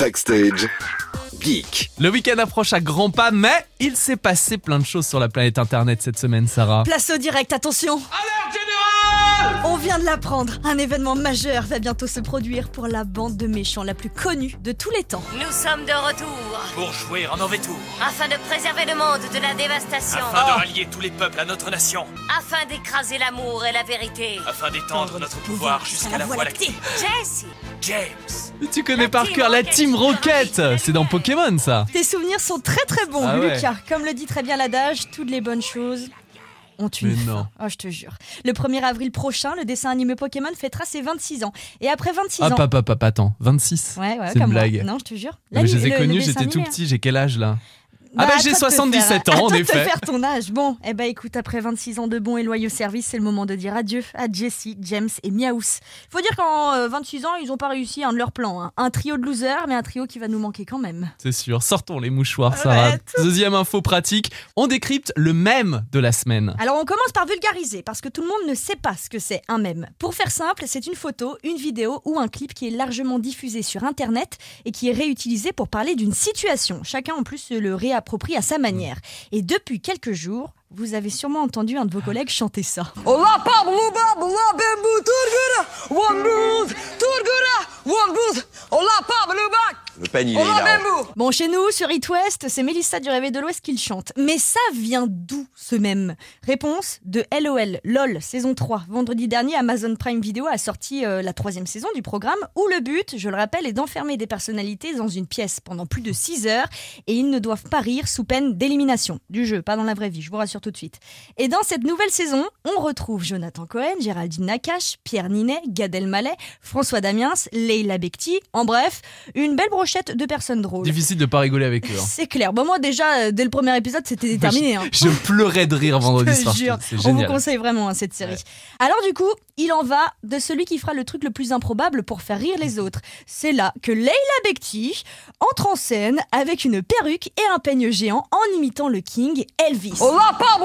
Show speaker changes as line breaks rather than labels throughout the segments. Backstage Geek.
Le week-end approche à grands pas, mais il s'est passé plein de choses sur la planète Internet cette semaine, Sarah.
Place au direct, attention On vient de l'apprendre, un événement majeur va bientôt se produire pour la bande de méchants la plus connue de tous les temps.
Nous sommes de retour
pour jouer un mauvais tour,
afin de préserver le monde de la dévastation,
afin de rallier tous les peuples à notre nation,
afin d'écraser l'amour et la vérité.
afin d'étendre notre pouvoir jusqu'à la voie lactée.
Jesse,
James,
Tu connais
La
par
Team
cœur la
Rocket.
Team Rocket C'est dans Pokémon, ça
Tes souvenirs sont très très bons,
Ah ouais.
Lucas. Comme le dit très bien l'adage, toutes les bonnes choses ont une
Mais
fin.
non.
Oh, je te jure. Le 1er avril prochain, le dessin animé Pokémon fêtera ses 26 ans. Et après 26
Ah,
ans...
papa, papa, attends, 26
Ouais, ouais,
C'est une
comme moi.
blague. Ah,
Non, je te jure.
Mais je les ai
L'anime- le- le
connus,
dessin
j'étais tout
animé, hein.
petit, j'ai quel âge là Ah bah,
à
j'ai
toi de te
77
faire-
ans, en
à toi de
effet.
te faire ton âge. Bon, eh bah écoute, après 26 ans de bons et loyaux services, c'est le moment de dire adieu à Jessie, James et Miaus. Faut dire qu'en euh, 26 ans, ils ont pas réussi un de leurs plans. hein. Un trio de losers, mais un trio qui va nous manquer quand même.
C'est sûr, sortons les mouchoirs, Sarah. Deuxième info pratique, on décrypte le mème de la semaine.
Alors on commence par vulgariser, parce que tout le monde ne sait pas ce que c'est un mème. Pour faire simple, c'est une photo, une vidéo ou un clip qui est largement diffusé sur Internet et qui est réutilisé pour parler d'une situation. Chacun en plus se le réapproprie à sa manière. Et depuis quelques jours, vous avez sûrement entendu un de vos
Ah.
collègues chanter ça.
Le panier, il est là.
Bon, chez nous, sur It West, c'est Mélissa du Réveil de l'Ouest qui le chante. Mais ça vient d'où ce mème Réponse de LOL, LOL, saison 3. Vendredi dernier, Amazon Prime Video a sorti euh, la troisième saison du programme où le but, je le rappelle, est d'enfermer des personnalités dans une pièce pendant plus de 6 heures et ils ne doivent pas rire sous peine d'élimination du jeu, pas dans la vraie vie, je vous rassure tout de suite. Et dans cette nouvelle saison, on retrouve Jonathan Cohen, Géraldine Nakache, Pierre Ninet, Gad Elmaleh, François Damiens, Leila Bekti, en bref, une belle brochette de personnes drôles.
Difficile de pas rigoler avec eux. hein.
C'est clair. Bon, moi, déjà, euh, dès le premier épisode, c'était déterminé. hein.
Je pleurais de rire vendredi
Je te
soir.
jure,
C'est
on vous
génial.
conseille vraiment hein, cette série.
Ouais.
Alors du coup, il en va de celui qui fera le truc le plus improbable pour faire rire les autres. C'est là que Leila Bekti entre en scène avec une perruque et un peigne géant en imitant le King Elvis.
Oh. Je la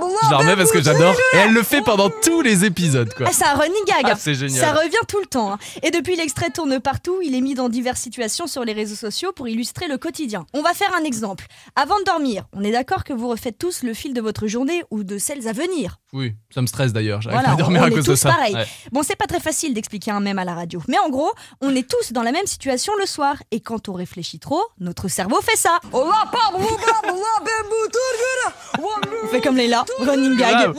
Oh,
remets parce
bah,
que j'adore. Et elle le fait pendant tous les épisodes, quoi.
Ah, c'est un running gag.
Ah,
hein.
c'est génial.
Ça revient tout le temps. hein. Et depuis, l'extrait tourne partout. Il est mis dans diverses situations sur les réseaux sociaux pour illustrer le quotidien. On va faire un exemple. Avant de dormir, on est d'accord que vous refaites tous le fil de votre journée ou de celles à venir.
Oui, ça me stresse d'ailleurs. J'arrive
Voilà,
pas à dormir
on
à
est
cause de
tous
ça.
pareils.
Ouais.
Bon, c'est pas très facile d'expliquer un mème à la radio, mais en gros, on est tous dans la même situation le soir. Et quand on réfléchit trop, notre cerveau fait ça. Oh, On fait comme Leila, running gag.
Grave.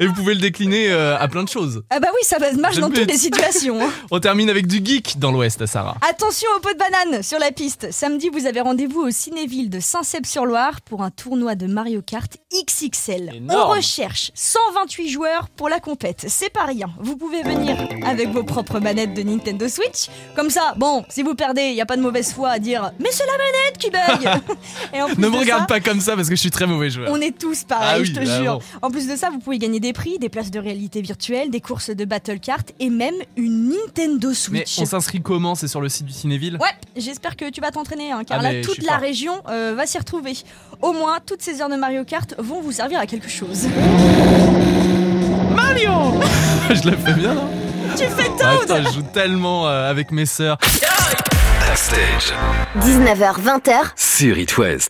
Et vous pouvez le décliner euh, à plein de choses.
Ah bah oui, ça va- marche
J'aime
dans
bien.
toutes les situations. hein.
On termine avec du geek dans l'Ouest, Sarah.
Attention aux pots de banane sur la piste. Samedi, vous avez rendez-vous au Cinéville de Saint-Cep-sur-Loire pour un tournoi de Mario Kart XXL.
Énorme.
On recherche 128 joueurs pour la compète. C'est pas rien. Vous pouvez venir avec vos propres manettes de Nintendo Switch. Comme ça, bon, si vous perdez, il n'y a pas de mauvaise foi à dire Mais c'est la manette qui bug Et en plus
Ne me
de
regarde
ça,
pas comme ça parce que je suis très mauvais joueur.
on est tous pareils,
Ah oui,
je te
bah
jure.
bon.
En plus de ça, vous pouvez gagner des prix, des places de réalité virtuelle, des courses de battle kart et même une Nintendo
Mais
Switch.
on s'inscrit comment C'est sur le site du Cinéville
Ouais, j'espère que tu vas t'entraîner, hein, car
Ah, mais
là,
je
toute
suis
la
fort.
région euh, va s'y retrouver. Au moins, toutes ces heures de Mario Kart vont vous servir à quelque chose.
Je le fais bien, non
tu fais tout
Attends, je joue tellement euh, avec mes sœurs.
Backstage
19h, 20h,
sur It West.